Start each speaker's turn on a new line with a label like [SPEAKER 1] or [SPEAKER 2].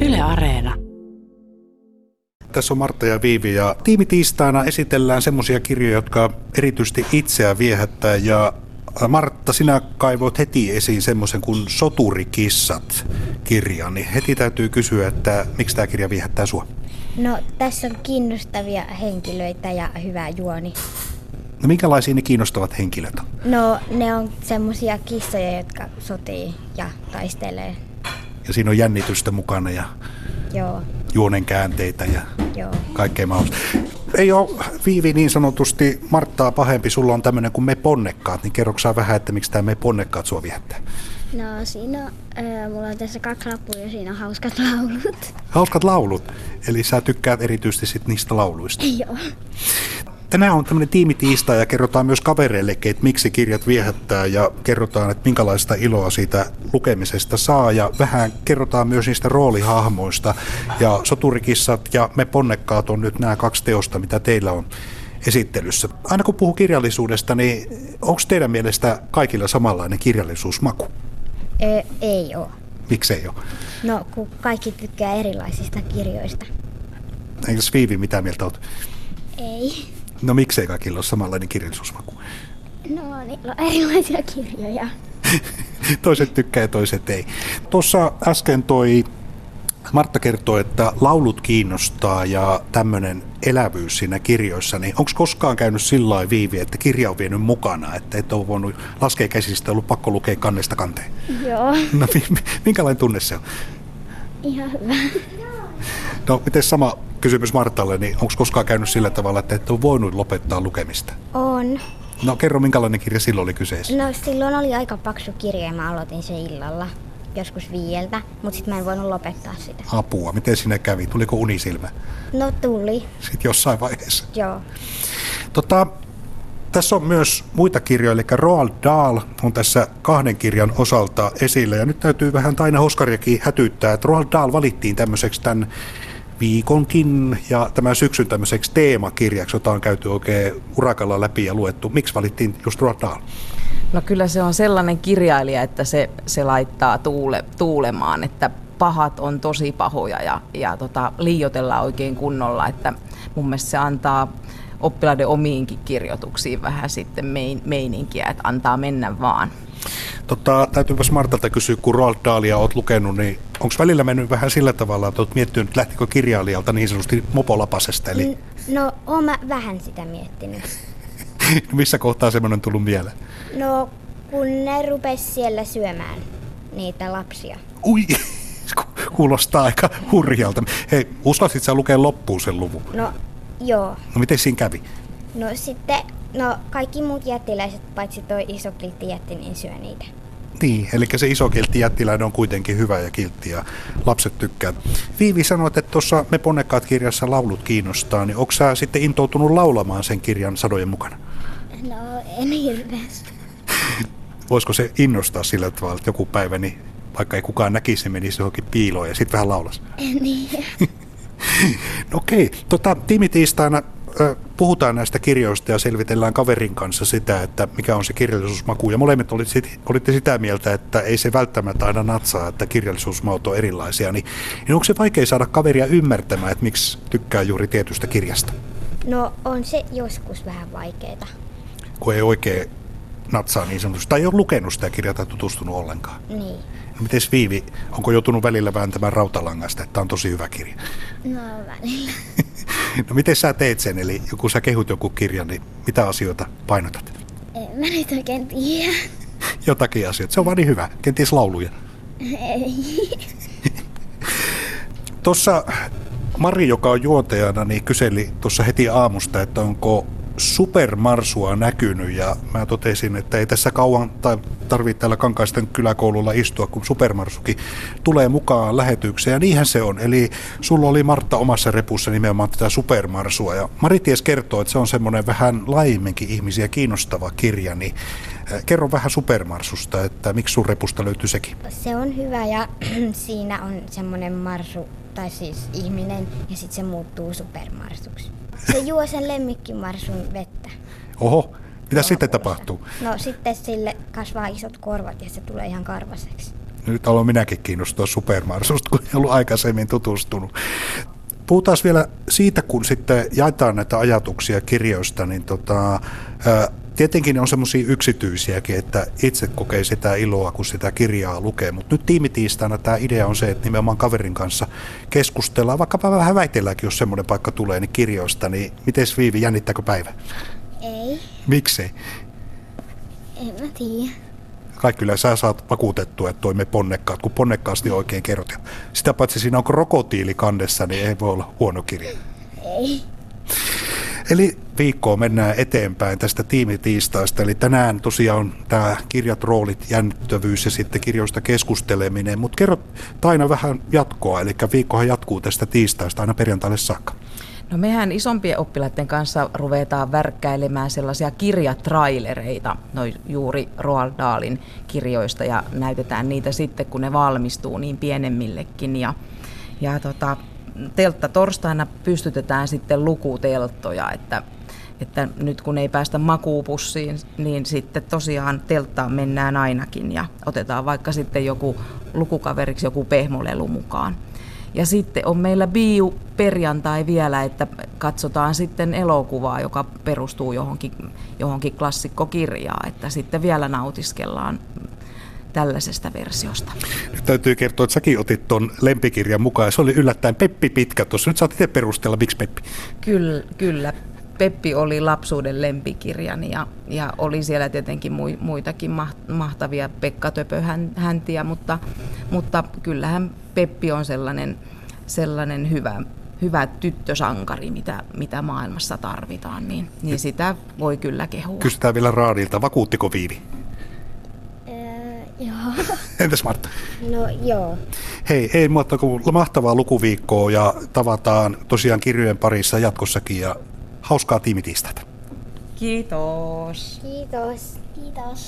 [SPEAKER 1] Yle Areena.
[SPEAKER 2] Tässä on Martta ja Viivi ja tiimi tiistaina esitellään semmoisia kirjoja, jotka erityisesti itseä viehättää ja äh, Martta, sinä kaivoit heti esiin semmoisen kuin Soturikissat kirjan, niin heti täytyy kysyä, että miksi tämä kirja viehättää sua?
[SPEAKER 3] No, tässä on kiinnostavia henkilöitä ja hyvä juoni.
[SPEAKER 2] No minkälaisia ne kiinnostavat henkilöt on?
[SPEAKER 3] No, ne on semmosia kissoja, jotka sotii ja taistelee.
[SPEAKER 2] Ja siinä on jännitystä mukana ja
[SPEAKER 3] Joo,
[SPEAKER 2] juonen käänteitä ja
[SPEAKER 3] joo.
[SPEAKER 2] kaikkea mahdollista. Ei ole Viivi niin sanotusti Marttaa pahempi, sulla on tämmöinen kuin Me ponnekkaat, niin kerroksaa vähän, että miksi tämä Me ponnekkaat sua viehättää?
[SPEAKER 3] No, siinä on, äh, mulla on tässä kaksi lappua ja siinä on hauskat laulut.
[SPEAKER 2] Hauskat laulut, eli sä tykkäät erityisesti sit niistä lauluista.
[SPEAKER 3] joo.
[SPEAKER 2] Tänään on tämmöinen tiimitiistai ja kerrotaan myös kavereillekin, että miksi kirjat viehättää ja kerrotaan, että minkälaista iloa siitä lukemisesta saa ja vähän kerrotaan myös niistä roolihahmoista. Ja Soturikissat ja Me ponnekkaat on nyt nämä kaksi teosta, mitä teillä on esittelyssä. Aina kun puhuu kirjallisuudesta, niin onko teidän mielestä kaikilla samanlainen kirjallisuusmaku?
[SPEAKER 3] Ö, ei oo.
[SPEAKER 2] Miksei ole?
[SPEAKER 3] No, kun kaikki tykkää erilaisista kirjoista.
[SPEAKER 2] Eikö Viivi, mitä mieltä olet?
[SPEAKER 3] Ei.
[SPEAKER 2] No miksei kaikilla ole samanlainen kirjallisuusmaku?
[SPEAKER 3] No, niillä on erilaisia kirjoja.
[SPEAKER 2] toiset tykkää ja toiset ei. Tuossa äsken toi Martta kertoi, että laulut kiinnostaa ja tämmöinen elävyys siinä kirjoissa, niin onko koskaan käynyt sillä lailla viivi, että kirja on vienyt mukana, että et ole voinut laskea käsistä, ollut pakko lukea kannesta kanteen?
[SPEAKER 3] Joo,
[SPEAKER 2] No mi- mi- minkälainen tunne se on?
[SPEAKER 3] ihan hyvä.
[SPEAKER 2] No miten sama kysymys Martalle, niin onko koskaan käynyt sillä tavalla, että et ole voinut lopettaa lukemista?
[SPEAKER 3] On.
[SPEAKER 2] No kerro, minkälainen kirja silloin oli kyseessä?
[SPEAKER 3] No silloin oli aika paksu kirja ja mä aloitin sen illalla, joskus viieltä, mutta sitten mä en voinut lopettaa sitä.
[SPEAKER 2] Apua, miten sinä kävi? Tuliko unisilmä
[SPEAKER 3] No tuli,
[SPEAKER 2] sitten jossain vaiheessa?
[SPEAKER 3] joo.
[SPEAKER 2] Tota, tässä on myös muita kirjoja, eli Roald Dahl on tässä kahden kirjan osalta esillä. Ja nyt täytyy vähän Taina Hoskariakin hätyyttää, että Roald Dahl valittiin tämmöiseksi tämän viikonkin ja tämän syksyn tämmöiseksi teemakirjaksi, jota on käyty oikein urakalla läpi ja luettu. Miksi valittiin just Roald Dahl?
[SPEAKER 4] No kyllä se on sellainen kirjailija, että se, se laittaa tuule, tuulemaan, että pahat on tosi pahoja ja, ja tota, liioitellaan oikein kunnolla, että mun mielestä se antaa oppilaiden omiinkin kirjoituksiin vähän sitten mein, meininkiä, että antaa mennä vaan.
[SPEAKER 2] Tota, täytyypäs Martalta kysyä, kun Roald Dahlia oot lukenut, niin onko välillä mennyt vähän sillä tavalla, että oot miettinyt, että lähtikö kirjailijalta niin sanotusti mopolapasesta, eli
[SPEAKER 3] N- No oon mä vähän sitä miettinyt.
[SPEAKER 2] missä kohtaa semmoinen on tullut mieleen?
[SPEAKER 3] No kun ne rupes siellä syömään niitä lapsia.
[SPEAKER 2] Ui, ku- kuulostaa aika hurjalta. Hei, uskalsit sä lukea loppuun sen luvun?
[SPEAKER 3] No joo.
[SPEAKER 2] No miten siinä kävi?
[SPEAKER 3] No sitten, no kaikki muut jättiläiset paitsi toi iso kiltti jätti, niin syö niitä.
[SPEAKER 2] Niin, eli se iso kiltti jättiläinen on kuitenkin hyvä ja kiltti ja lapset tykkää. Viivi sanoit, että tuossa Me ponnekkaat kirjassa laulut kiinnostaa, niin onko sä sitten intoutunut laulamaan sen kirjan sadojen mukana?
[SPEAKER 3] No en hirveästi.
[SPEAKER 2] Voisiko se innostaa sillä tavalla, että joku päivä, niin vaikka ei kukaan näkisi, se menisi johonkin piiloon ja sitten vähän laulas?
[SPEAKER 3] Niin.
[SPEAKER 2] No Okei, tota, tiimitiistaina ö, puhutaan näistä kirjoista ja selvitellään kaverin kanssa sitä, että mikä on se kirjallisuusmaku. Ja molemmat olit sit, olitte sitä mieltä, että ei se välttämättä aina natsaa, että kirjallisuusmaut on erilaisia. Niin, niin onko se vaikea saada kaveria ymmärtämään, että miksi tykkää juuri tietystä kirjasta,
[SPEAKER 3] No on se joskus vähän vaikeeta.
[SPEAKER 2] kun ei oikein natsaa niin sanotusti, tai ei ole lukenut sitä kirjaa tai tutustunut ollenkaan.
[SPEAKER 3] Niin.
[SPEAKER 2] No Miten Viivi, onko joutunut välillä vääntämään rautalangasta, että tämä on tosi hyvä kirja?
[SPEAKER 3] No välillä.
[SPEAKER 2] No miten sä teet sen, eli kun sä kehut joku kirjan, niin mitä asioita painotat?
[SPEAKER 3] En mä nyt oikein tiedä.
[SPEAKER 2] jotakin asioita. Se on vaan niin hyvä. Kenties lauluja. Ei. Tuossa Mari, joka on juontajana, niin kyseli tuossa heti aamusta, että onko supermarsua näkynyt ja mä totesin, että ei tässä kauan tai tarvitse täällä Kankaisten kyläkoululla istua, kun supermarsukin tulee mukaan lähetykseen ja niinhän se on. Eli sulla oli Martta omassa repussa nimenomaan tätä supermarsua ja Mari ties kertoo, että se on semmoinen vähän laajemminkin ihmisiä kiinnostava kirja, niin äh, kerro vähän supermarsusta, että miksi sun repusta löytyy sekin.
[SPEAKER 3] Se on hyvä ja siinä on semmonen marsu, tai siis ihminen, ja sitten se muuttuu supermarsuksi. Se juo sen lemmikkimarsun vettä.
[SPEAKER 2] Oho, mitä sitten
[SPEAKER 3] Lokakuussa.
[SPEAKER 2] tapahtuu?
[SPEAKER 3] No sitten sille kasvaa isot korvat ja se tulee ihan karvaseksi.
[SPEAKER 2] nyt aloin minäkin kiinnostua supermarsusta, kun en ollut aikaisemmin tutustunut. Puhutaan vielä siitä, kun sitten jaetaan näitä ajatuksia kirjoista, niin tota, tietenkin on semmoisia yksityisiäkin, että itse kokee sitä iloa, kun sitä kirjaa lukee. Mutta nyt tiimitiistaina tämä idea on se, että nimenomaan kaverin kanssa keskustellaan, vaikkapa vähän väitelläänkin, jos semmoinen paikka tulee, niin kirjoista. Niin miten Viivi, jännittääkö päivä?
[SPEAKER 3] Ei,
[SPEAKER 2] Miksei?
[SPEAKER 3] en mä tiedä.
[SPEAKER 2] Kai kyllä sä saat vakuutettua, että toimme ponnekkaat, kun ponnekkaasti oikein kerrot. Ja sitä paitsi siinä on krokotiili kannessa, niin ei voi olla huono kirja.
[SPEAKER 3] Ei.
[SPEAKER 2] Eli viikkoa mennään eteenpäin tästä tiimitiistaista. Eli tänään tosiaan on tämä kirjat, roolit, jännittävyys ja sitten kirjoista keskusteleminen. Mutta kerro Taina vähän jatkoa, eli viikkohan jatkuu tästä tiistaista aina perjantaille saakka.
[SPEAKER 4] No mehän isompien oppilaiden kanssa ruvetaan värkkäilemään sellaisia kirjatrailereita, no juuri Roald Dahlin kirjoista, ja näytetään niitä sitten, kun ne valmistuu niin pienemmillekin. Ja, ja tota, teltta torstaina pystytetään sitten lukutelttoja, että, että nyt kun ei päästä makuupussiin, niin sitten tosiaan telttaan mennään ainakin ja otetaan vaikka sitten joku lukukaveriksi joku pehmolelu mukaan. Ja sitten on meillä biu perjantai vielä, että katsotaan sitten elokuvaa, joka perustuu johonkin, johonkin klassikkokirjaan, että sitten vielä nautiskellaan tällaisesta versiosta.
[SPEAKER 2] Nyt täytyy kertoa, että säkin otit tuon lempikirjan mukaan ja se oli yllättäen Peppi Pitkä tuossa. Nyt saat itse perustella, miksi Peppi.
[SPEAKER 4] Kyllä, kyllä. Peppi oli lapsuuden lempikirjani ja, ja oli siellä tietenkin mui- muitakin maht- mahtavia Pekka Töpöhäntiä, mutta, mutta kyllähän Peppi on sellainen, sellainen hyvä, hyvä tyttösankari, mitä, mitä maailmassa tarvitaan, niin, niin sitä voi kyllä kehua.
[SPEAKER 2] Kysytään vielä Raadilta, vakuuttiko Viivi?
[SPEAKER 3] Öö, joo.
[SPEAKER 2] Entäs Martta?
[SPEAKER 3] No joo.
[SPEAKER 2] Hei, ei muuta kuin mahtavaa lukuviikkoa ja tavataan tosiaan kirjojen parissa jatkossakin ja hauskaa tiimitiistaita.
[SPEAKER 4] Kiitos.
[SPEAKER 3] Kiitos. Kiitos.